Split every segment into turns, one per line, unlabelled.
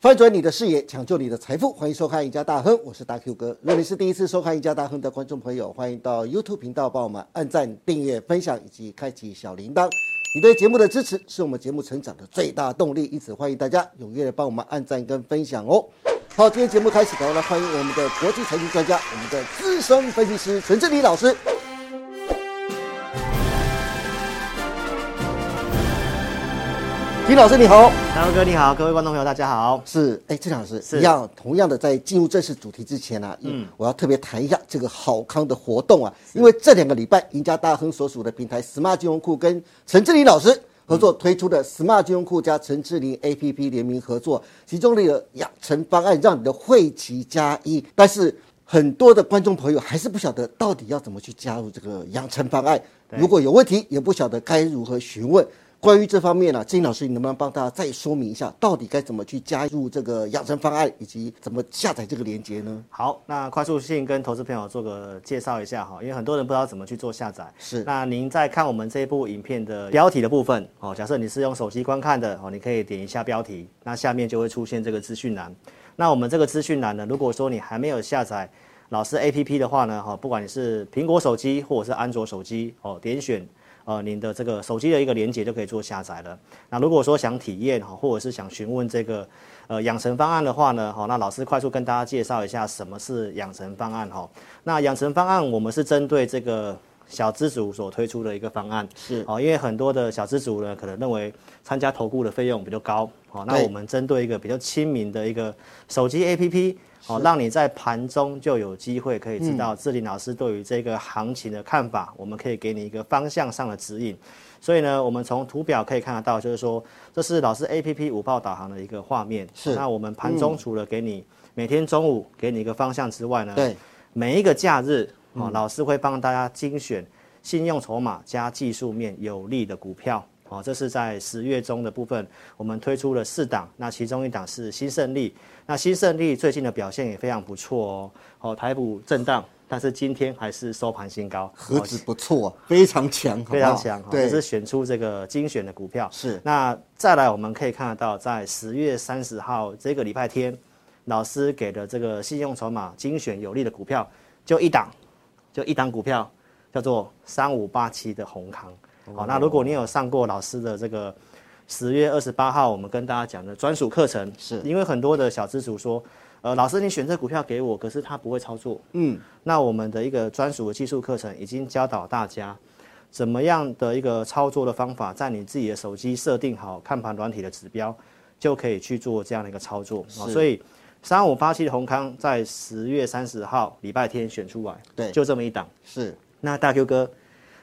翻转你的视野，抢救你的财富，欢迎收看《赢家大亨》，我是大 Q 哥。如果你是第一次收看《赢家大亨》的观众朋友，欢迎到 YouTube 频道帮我们按赞、订阅、分享以及开启小铃铛。你对节目的支持是我们节目成长的最大动力，因此欢迎大家踊跃的帮我们按赞跟分享哦。好，今天节目开始，赶快来欢迎我们的国际财经专家，我们的资深分析师陈志礼老师。金老师你好。
大龙哥你好，各位观众朋友大家好。
是，哎，郑老师
是
一样，同样的，在进入正式主题之前啊，嗯，我要特别谈一下这个好康的活动啊，因为这两个礼拜，赢家大亨所属的平台 Smart 金融库跟陈志林老师合作推出的 Smart 金融库加陈志林 APP 联名合作，其中的一个养成方案让你的汇集加一，但是。很多的观众朋友还是不晓得到底要怎么去加入这个养成方案，如果有问题也不晓得该如何询问。关于这方面呢、啊，金老师，你能不能帮大家再说明一下，到底该怎么去加入这个养成方案，以及怎么下载这个链接呢？
好，那快速性跟投资朋友做个介绍一下哈，因为很多人不知道怎么去做下载。
是
那您在看我们这部影片的标题的部分哦，假设你是用手机观看的哦，你可以点一下标题，那下面就会出现这个资讯栏。那我们这个资讯栏呢，如果说你还没有下载老师 APP 的话呢，哈、哦，不管你是苹果手机或者是安卓手机哦，点选呃您的这个手机的一个连接就可以做下载了。那如果说想体验哈，或者是想询问这个呃养成方案的话呢，哈、那老师快速跟大家介绍一下什么是养成方案哈、那养成方案我们是针对这个。小资主所推出的一个方案
是
哦，因为很多的小资主呢，可能认为参加投顾的费用比较高哦，那
对
我们针对一个比较亲民的一个手机 APP 哦，让你在盘中就有机会可以知
嗯
道志玲老师对于这个行情的看法，我们可以给你一个方向上的指引。所以呢，我们从图表可以看得到，就是说这是老师 A P P 五报导航的一个画面。哦
是嗯
那我们盘中除了给你、每天中午给你一个方向之外呢，
对，
每一个假日
嗯
哦，老师会帮大家精选信用筹码加技术面有利的股票。哦，这是在十月中的部分，我们推出了四档，那其中一档是新胜利，那新胜利最近的表现也非常不错哦。哦，台股震荡，但是今天还是收盘新高，哦
何止不错、啊，非常强，好不好
非常强哈，
对，
这是选出这个精选的股票。
是
那再来我们可以看得到，在十月三十号这个礼拜天，老师给的这个信用筹码精选有利的股票，就一档，就一档股票叫做三五八七的宏康。
哦
好、那如果你有上过老师的这个十月二十八号我们跟大家讲的专属课程，
是
因为很多的小资主说，呃，老师你选这股票给我，可是他不会操作，嗯，那我们的一个专属的技术课程已经教导大家。怎么样的一个操作的方法，在你自己的手机设定好看盘软体的指标，就可以去做这样的一个操作。哦、所以三五八七的宏康在十月三十号礼拜天选出来，
对
就这么一档。
是
那大 Q 哥，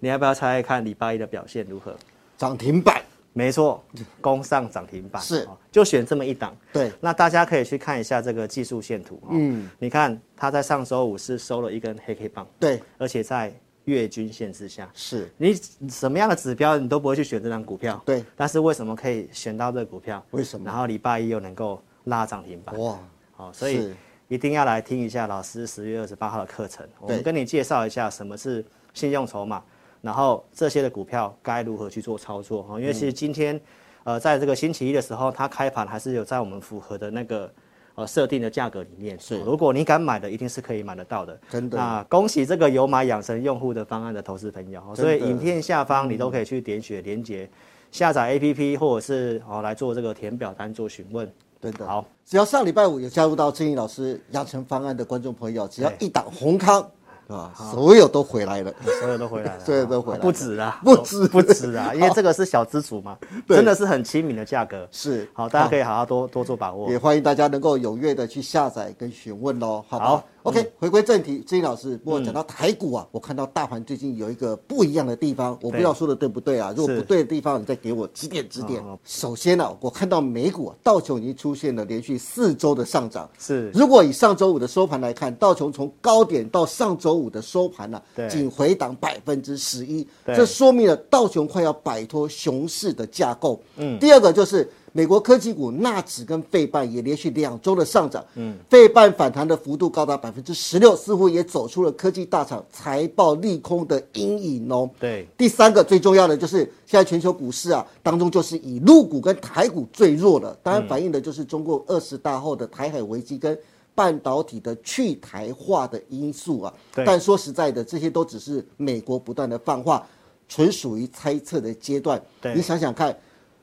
你要不要猜猜看礼拜一的表现如何？
涨停板，
没错，攻上涨停板，
是
哦就选这么一档。
对，
那大家可以去看一下这个技术线图。嗯，你看它在上周五是收了一根黑 K 棒，
对，
而且在月均线之下，
是，
你什么样的指标你都不会去选这张股票，
对
但是为什么可以选到这个股票？
为什么
然后礼拜一又能够拉涨停板，
哇，
好，所
是
以一定要来听一下老师十月二十八号的课程，我们跟你介绍一下什么是信用筹码，然后这些的股票该如何去做操作哦，因为其
嗯
实今天，呃，在这个星期一的时候，它开盘还是有在我们符合的那个。呃，设定的价格里面是，如果你敢买的，一定是可以买得到的。
真的
那恭喜这个有买养成用户的方案的投资朋友，哦所
真
以
的嗯
影片下方你都可以去点选连接，下载 APP 或者是哦来做这个填表单做询问。
真的。
好，
只要上礼拜五有加入到郑毅老师养成方案的观众朋友，只要一档红康啊，所有都回来了。
所有都回来了，哦
所有都回来了
不止啊，
不止
不止啊，因为这个是小资主嘛， 真的是很亲民的价格。
是
好，大家可以好好多多做把握
也。欢迎大家能够踊跃的去下载跟询问喽，好不好
好嗯
o k 回归正题，志英老师，不过讲到台股啊，我看到大盘最近有一个不一样的地方，我不知道说的对不对啊？如果
是嗯
不对的地方，你再给我指点指点。首先呢、我看到美股、啊、道琼已经出现了连续四周的上涨，
是
如果以上周五的收盘来看，道琼从高点到上周五的收盘呢、
对
仅回档百分之十一，
对
这说明了道琼快要摆脱熊市的架构。嗯，第二个就是美国科技股纳指跟费半也连续两周的上涨，嗯，费半反弹的幅度高达百分之十六，似乎也走出了科技大厂财报利空的阴影哦。
对，
第三个最重要的就是现在全球股市啊当中，就是以陆股跟台股最弱了，当然反映的就是中共二十大后的台海危机跟半导体的去台化的因素啊。
对
但说实在的，这些都只是美国不断的放话，纯属于猜测的阶段。
对
你想想看。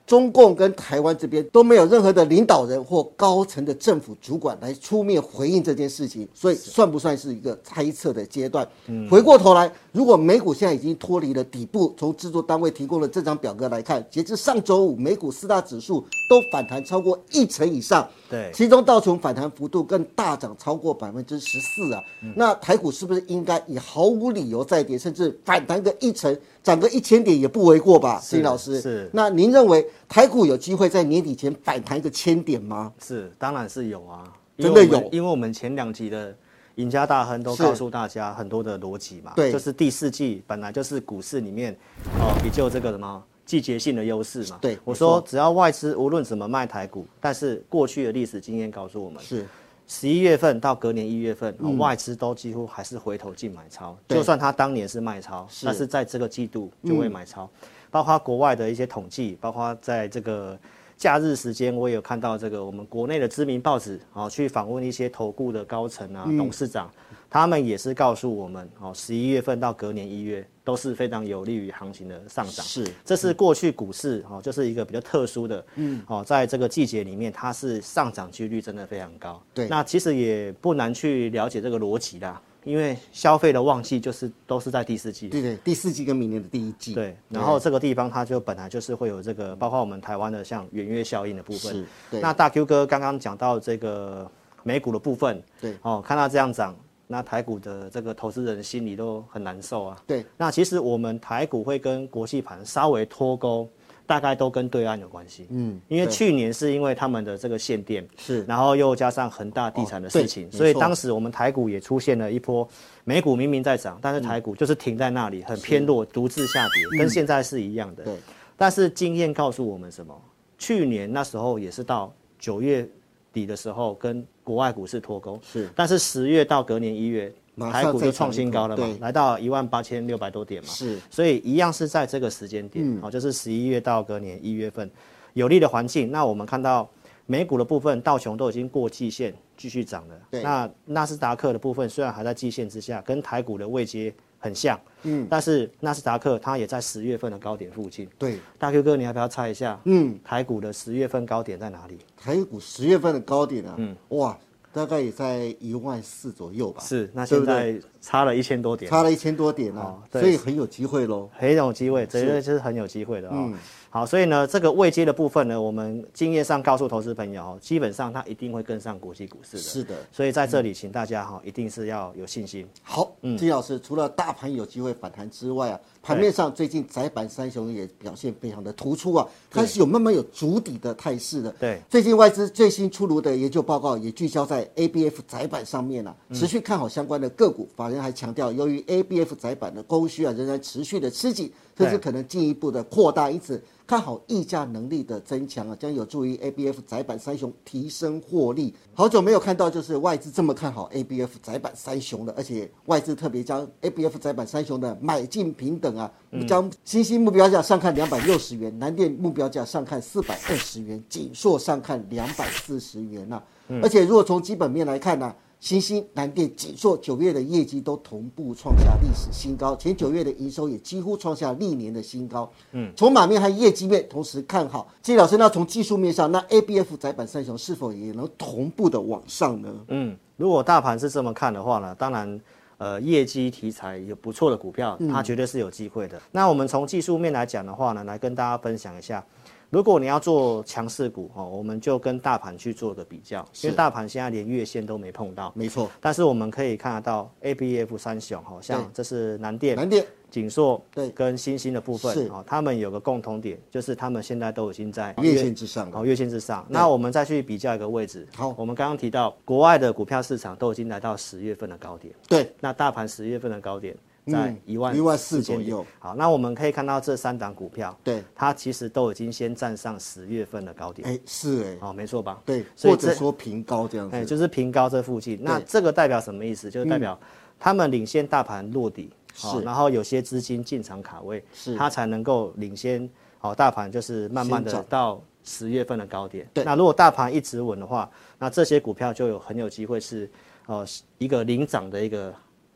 中共跟台湾这边都没有任何的领导人或高层的政府主管来出面回应这件事情，所以算不算是一个猜测的阶段？回过头来，如果美股现在已经脱离了底部，从制作单位提供的这张表格来看，截至上周五，美股四大指数都反弹超过一成以上。
对
其中道琼反弹幅度更大涨超过百分之十四啊。那台股是不是应该以毫无理由再跌，甚至反弹个一成，涨个一千点也不为过吧？
是
金老师
是
那您认为台股有机会在年底前反弹个千点吗？
是，当然是有啊，
真的
因为我们
有
因为我们前两集的赢家大亨都
是
告诉大家很多的逻辑嘛，
对
就是第四季本来就是股市里面哦比较这个什么季节性的优势嘛，
对
我
没错
说只要外资无论怎么卖台股，但是过去的历史经验告诉我们，
是
十一月份到隔年一月份，哦外资都几乎还是回头进买超，
嗯对
就算它当年是卖超，
是嗯
但是在这个季度就会买超，包括国外的一些统计，包括在这个假日时间，我也有看到这个我们国内的知名报纸哦，去访问一些投顾的高层啊、
嗯
董事长，他们也是告诉我们哦，十一月份到隔年一月都是非常有利于行情的上涨，
是
这是过去股市哦，就是一个比较特殊的，嗯，哦，在这个季节里面，它是上涨几率真的非常高。
对
那其实也不难去了解这个逻辑啦，因为消费的旺季就是都是在第四季。
对对，第四季跟明年的第一季。
对，然后这个地方它就本来就是会有这个，包括我们台湾的像远月效应的部分
是。对
那大 Q 哥刚刚讲到这个美股的部分，
对
哦，看到这样涨，那台股的这个投资人心里都很难受啊。
对，
那其实我们台股会跟国际盘稍微脱钩，大概都跟对岸有关系。嗯，因为去年是因为他们的这个限电，
是
然后又加上恒大地产的事情，
哦对
所以
没错
当时我们台股也出现了一波，美股明明在涨，
嗯
但是台股就是停在那里，很偏弱，独自下跌，跟现在是一样的。
对，
但是经验告诉我们什么？去年那时候也是到九月底的时候跟国外股市脱钩，
是
但是十月到隔年一月，
马上
台股
再
就
涨
创
一
新
波
高了嘛
对，
来到一万八千六百多点嘛，
是嗯
所以一样是在这个时间点，好、就是十一月到隔年一月份有利的环境。那我们看到美股的部分，道琼都已经过季线继续涨了，
对
那纳斯达克的部分虽然还在季线之下，跟台股的位阶很像，嗯，但是纳斯达克它也在十月份的高点附近。
对，
大 Q 哥，你要不要猜一下？嗯，台股的十月份高点在哪里？
台股十月份的高点啊，
嗯
哇，大概也在一万四左右吧。
是，那
对
现
不对
在差了一千多点，
差了一千多点啊，
对
所以很有机会喽。
很有机会，绝对是很有机会的哦。好，所以呢，这个未接的部分呢，我们经验上告诉投资朋友哦，基本上它一定会跟上国际股市的。
是的
所以在这里，请大家哈、一定是要有信心。
好，
嗯
金老师，除了大盘有机会反弹之外啊，盘面上最近窄板三雄也表现非常的突出啊，开始有慢慢有筑底的态势了。
对
最近外资最新出炉的研究报告也聚焦在 ABF 窄板上面啊，
嗯
持续看好相关的个股。法人还强调，由于 ABF 窄板的供需啊仍然持续的吃紧，甚至
对
可能进一步的扩大，因此看好议价能力的增强啊，将有助于 ABF 窄板三雄提升获利。好久没有看到就是外资这么看好 ABF 窄板三雄了，而且外资特别将 ABF 窄板三雄的买进平等啊，
嗯
将新兴目标价上看两百六十元，南电目标价上看四百二十元，锦硕上看两百四十元呐、
嗯
而且如果从基本面来看呢、新兴、南电、锦硕九月的业绩都同步创下历史新高，前九月的营收也几乎创下历年的新高。嗯，从马面和业绩面同时看好。季老师，那从技术面上，那 ABF 窄板三雄是否也能同步的往上呢？
嗯，如果大盘是这么看的话呢，当然，呃，业绩题材有不错的股票，它绝对是有机会的。那我们从技术面来讲的话呢，来跟大家分享一下，如果你要做强势股哦，我们就跟大盘去做个比较，因为大盘现在连月线都没碰到。
没错，
但是我们可以看得到 A B F 三雄，好像这是南电、
南电
锦硕
对
跟新兴的部
是
分，哦，他们有个共同点，就是他们现在都已经在
月线之上了
哦，月线之上。那我们再去比较一个位置，
好
我们刚刚提到国外的股票市场都已经来到十月份的高点，
对，
那大盘十月份的高点，在一万
嗯一万四左
千点
右。
好，那我们可以看到这三档股票，
对
它其实都已经先站上十月份的高点。
哎，是哎，
哦，没错吧？
对，
所以
或
这
者说平高这样
哎，
子，
就是平高这附近。那这个代表什么意思？就是
嗯
代表他们领先大盘落底，好，然后有些资金进场卡位，
是
它才能够领先好大盘，就是慢慢
先
的
涨
到十月份的高点。
对
那如果大盘一直稳的话，那这些股票就有很有机会是呃一个领涨的一个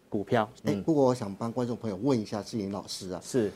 股票。
哎，不过我想帮观众朋友问一下志颖老师啊，
是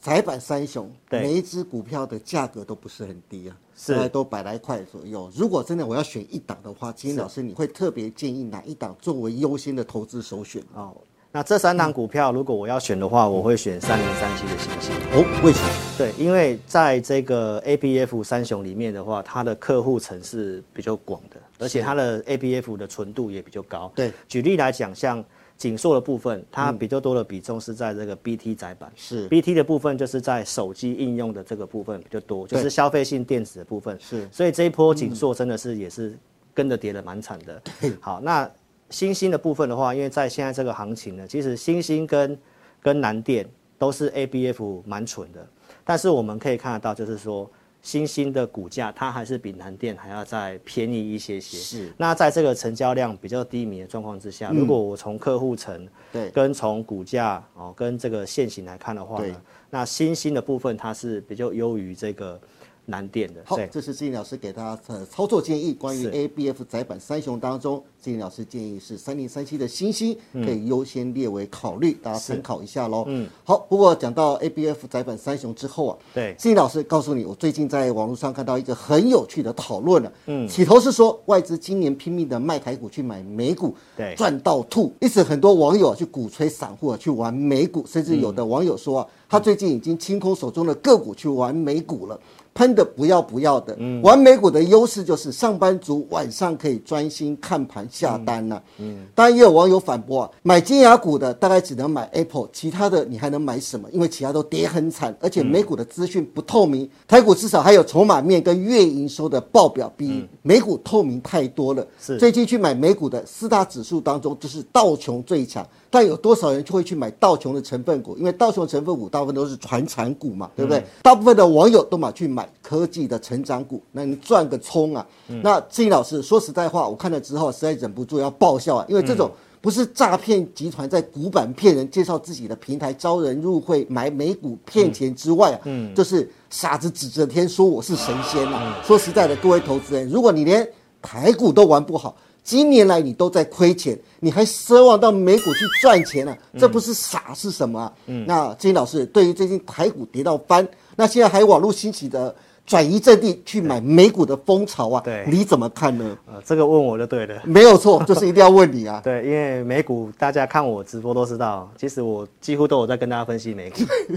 窄板三雄，
对
每一只股票的价格都不是很低啊，
是
大概都百来块左右。如果真的我要选一档的话，金老师你会特别建议哪一档作为优先的投资首选吗？
哦。那这
嗯
三档股票，如果我要选的话，我会选三零三七的星星。
哦，为什么？
对，因为在这个 ABF 三雄里面的话，它的客户层是比较广的，而且它的 ABF 的纯度也比较高。
对，嗯
举例来讲，像紧缩的部分，它比较多的比重是在这个 BT 载板。
是
BT 的部分就是在手机应用的这个部分比较多，就是
对
消费性电子的部分。
是
所以这一波紧缩真的是也是跟着跌的蛮惨的。
嗯
好，那新兴的部分的话，因为在现在这个行情呢，其实新兴跟跟南电都是 ABF 蛮蠢的，但是我们可以看得到，就是说新兴的股价它还是比南电还要再便宜一些些。
是嗯
那在这个成交量比较低迷的状况之下，如果我从客户层
对
跟从股价哦跟这个现行来看的话
对
呢，那新兴的部分它是比较优于这个南电的。
好
对，
这是志颖老师给大家的操作建议。关于
是
ABF 窄板三雄当中，志颖老师建议是三零三七的星星
嗯
可以优先列为考虑，大家参考一下喽。嗯，好。不过讲到 ABF 窄板三雄之后啊，
对
志颖老师告诉你，我最近在网络上看到一个很有趣的讨论了、嗯，起头是说外资今年拼命的卖台股去买美股，
对
赚到吐，因此很多网友啊去鼓吹散户啊去玩美股，甚至有的网友说啊，他最近已经清空手中的个股去玩美股了。喷的不要不要的，玩美股的优势就是上班族晚上可以专心看盘下单呐、嗯，当然也有网友反驳啊，买尖牙股的大概只能买 Apple，其他的你还能买什么？因为其他都跌很惨，而且美股的资讯不透明，台股至少还有筹码面跟月营收的报表，比美股透明太多了。
是
最近去买美股的四大指数当中，就是道琼最强，但有多少人就会去买道琼的成分股？因为道琼成分股大部分都是传产股嘛，对不对？大部分的网友都嘛去买科技的成长股，那你赚个冲啊！那志颖老师说实在话，我看了之后实在忍不住要爆笑啊，因为这种。不是诈骗集团在古板骗人，介绍自己的平台招人入会买美股骗钱之外啊，就是傻子指着天说我是神仙呐、啊。说实在的，各位投资人，如果你连台股都玩不好，今年来你都在亏钱，你还奢望到美股去赚钱呢、啊？这不是傻是什么、啊？那金老师对于最近台股跌到翻，那现在还网络兴起的转移阵地去买美股的风潮啊，
对
你怎么看呢？
呃，这个问我就对了。
没有错，就是一定要问你啊。
对，因为美股大家看我直播都知道，其实我几乎都有在跟大家分析 美股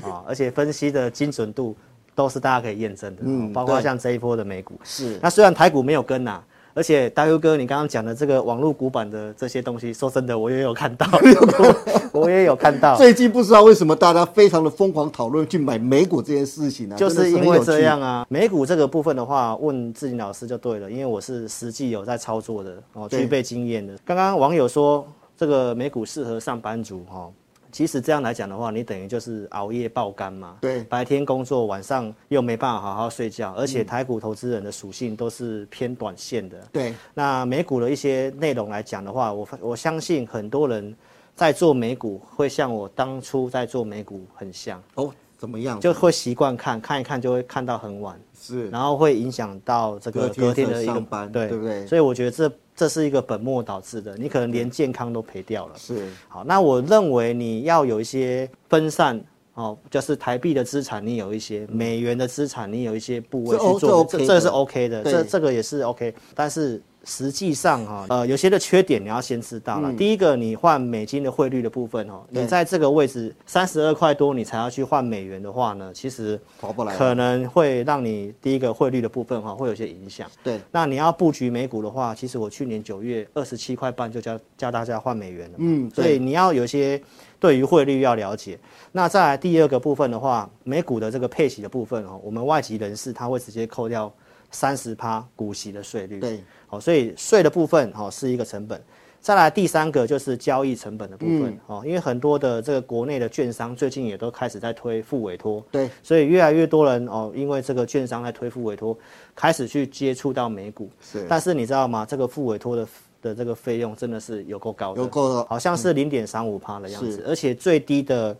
啊，而且分析的精准度都是大家可以验证的，
嗯
哦包括
对
像这一波的美股。
是
那虽然台股没有跟呐、而且大 U 哥你刚刚讲的这个网络股版的这些东西，说真的我也有看 到，我我也有看到。
最近不知道为什么大家非常的疯狂讨论去买美股这件事情呢、啊？
就是
真
因
的很
为
有趣
这样啊，美股这个部分的话，问志玲老师就对了，因为我是实际有在操作的，哦，
对
具备经验的。刚刚网友说这个美股适合上班族，哦，其实这样来讲的话，你等于就是熬夜爆肝嘛，
对
白天工作，晚上又没办法好好睡觉，而
嗯
且台股投资人的属性都是偏短线的，
对，
那美股的一些内容来讲的话，我发我相信很多人在做美股会像我当初在做美股很像，
哦，怎么样？
就会习惯看看一看就会看到很晚，
是
然后会影响到这个
隔
隔
天
天
的
的一个
上班
对
对不对
所以我觉得这这是一个本末倒置的，你可能连健康都赔掉了。
是
好，那我认为你要有一些分散。哦，就是台币的资产你有一些，美元的资产你有一些部位
这 O-
去做，
这 OK
这
的
是 OK 的，
对
这这个也是 OK。但是实际上哈、呃，有些的缺点你要先知道了。第一个，你换美金的汇率的部分哦，
嗯对
你在这个位置三十二块多，你才要去换美元的话呢，其实
划不来
可能会让你第一个汇率的部分哈、会有些影响。
对，
那你要布局美股的话，其实我去年九月二十七块半就教教大家换美元了嘛，
嗯对
所以你要有一些对于汇率要了解。那再来第二个部分的话，美股的这个配息的部分哦，我们外籍人士他会直接扣掉三十趴股息的税率，
对，
好、所以税的部分哦是一个成本。再来第三个就是交易成本的部分、
嗯
哦，因为很多的这个国内的券商最近也都开始在推付委托，
对，
所以越来越多人哦，因为这个券商在推付委托，开始去接触到美股。
是
但是你知道吗？这个付委托的的这个费用真的是有够高的，
有够的
好像是零点三五趴的样子，而且最低的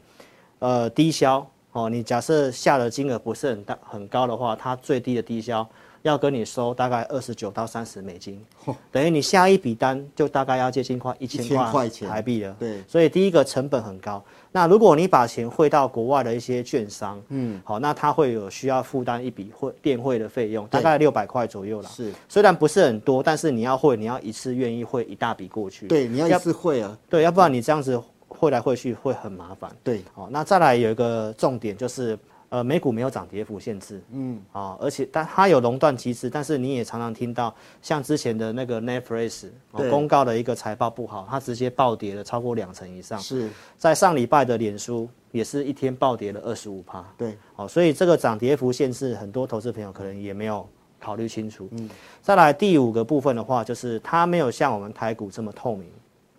呃低消哦，你假设下的金额不是很大很高的话，它最低的低消要跟你收大概二十九到三十美金，
哦
等于你下一笔单就大概要接近快一
1000
千
块
块
钱
台币了。
对
所以第一个成本很高。那如果你把钱汇到国外的一些券商，嗯，好，那他会有需要负担一笔会电汇的费用，大概六百块左右啦。
是，
虽然不是很多，但是你要汇，你要一次愿意汇一大笔过去。
对，你要一次会啊，
对，要不然你这样子汇来汇去会很麻烦。
对，
好、那再来有一个重点就是，呃，美股没有涨跌幅限制，嗯，啊、而且但它有垄断机制，但是你也常常听到，像之前的那个 Netflix、哦
对
公告的一个财报不好，它直接暴跌了超过两成以上，
是，
在上礼拜的脸书也是一天暴跌了二十五趴，
对，
好、所以这个涨跌幅限制，很多投资朋友可能也没有考虑清楚。嗯，再来第五个部分的话，就是它没有像我们台股这么透明，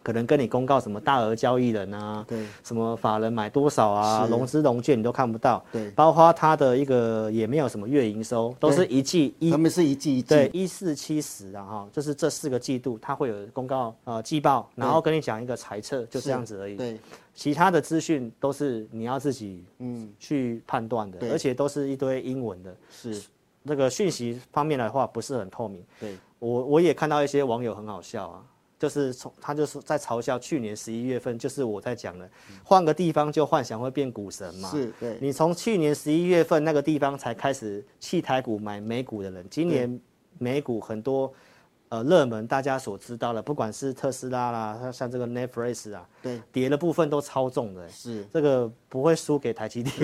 可能跟你公告什么大额交易人啊，
对，
什么法人买多少啊，
是
融资融券你都看不到，
对
包括它的一个也没有什么月营收，都是一季一
他们是一季一
对
季，
一四七十啊哈，就是这四个季度它会有公告呃季报，然后跟你讲一个财测，就这样子而已。
对，
其他的资讯都是你要自己嗯去判断的，
对
而且都是一堆英文的，
是，
那个讯息方面的话不是很透明。
对，
我我也看到一些网友很好笑啊，就是从他就是在嘲笑去年十一月份，就是我在讲的，换个地方就幻想会变股神嘛。
嗯是，对，
你从去年十一月份那个地方才开始弃台股买美股的人，今年美股很多呃热门大家所知道的，不管是特斯拉啦，像像这个 Netflix 啊，
对，
跌的部分都超重的、欸
是。
这个不会输给台积电，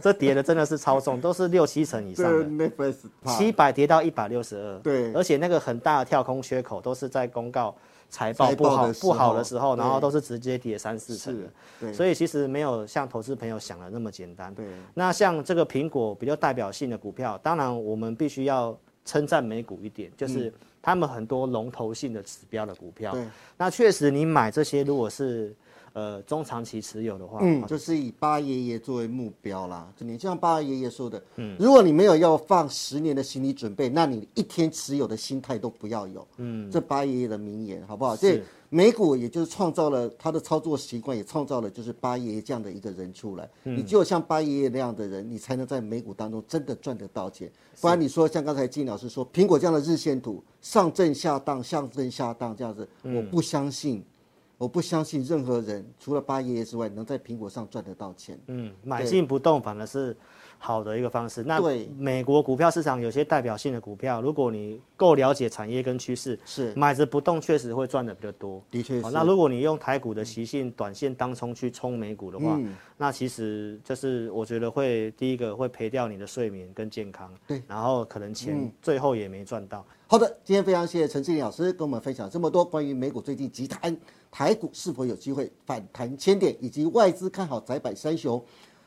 这跌的真的是超重，都是六七成以
这
上
个
的。
Netflix 怕
七百跌到一百六十二，
对
而且那个很大的跳空缺口都是在公告财报
财
不
报
好
的时候
不好的时候，
对
然后都是直接跌三四成
是，对
的，所以其实没有像投资朋友想的那么简单。
对，
那像这个苹果比较代表性的股票，当然我们必须要称赞美股一点，就是他们很多龙头性的指标的股票
嗯对，
那确实你买这些如果是呃中长期持有的话，
嗯，就是以八爷爷作为目标啦。就你就像八爷爷说的，嗯，如果你没有要放十年的心理准备，那你一天持有的心态都不要有。嗯，这八爷爷的名言，好不好？所以美股也就是创造了他的操作习惯，也创造了就是八爷爷这样的一个人出来。你只有像八爷爷那样的人，你才能在美股当中真的赚得到钱。不然你说像刚才金老师说，苹果这样的日线图上正下荡，上正下荡这样子，我不相信。我不相信任何人除了八爷爷之外，能在苹果上赚得到钱。
嗯，买进不动反而是好的一个方式。那
对
美国股票市场有些代表性的股票，如果你够了解产业跟趋势，
是，
买着不动确实会赚的比较多。
的确
好
是。
那如果你用台股的习性短线当冲去冲美股的话，
嗯
那其实就是我觉得会第一个会赔掉你的睡眠跟健康，
对，嗯
然后可能钱最后也没赚到。
好的，今天非常谢谢陈志林老师跟我们分享这么多关于美股最近急弹，台股是否有机会反弹千点，以及外资看好窄板三雄。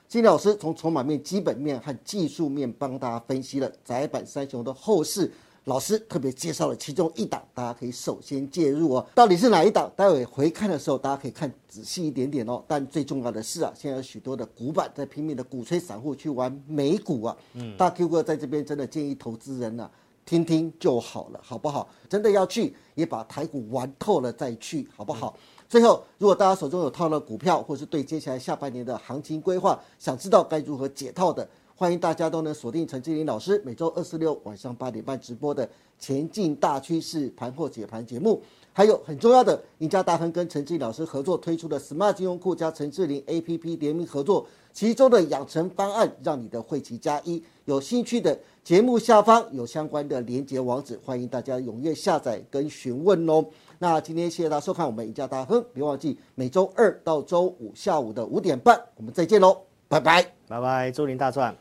金老师从筹码面、基本面和技术面帮大家分析了窄板三雄的后市。老师特别介绍了其中一档，大家可以首先介入哦。到底是哪一档？待会回看的时候，大家可以看仔细一点点哦。但最重要的是啊，现在有许多的股板在拼命的鼓吹散户去玩美股啊。嗯，大 Q 哥在这边真的建议投资人啊，听听就好了，好不好？真的要去，也把台股玩透了再去，好不好？最后，如果大家手中有套了股票，或是对接下来下半年的行情规划想知道该如何解套的，欢迎大家都能锁定陈志林老师每周二四六晚上八点半直播的《前进大趋势盘后解盘》节目。还有很重要的，赢家大亨跟陈志林老师合作推出的 Smart 金融库加陈志林 APP 联名合作，其中的养成方案让你的汇齐加一。有兴趣的节目下方有相关的连接网址，欢迎大家踊跃下载跟询问哦。那今天谢谢大家收看我们赢家大亨，别忘记每周二到周五下午的五点半，我们再见喽，拜拜。
拜拜，祝您大赚！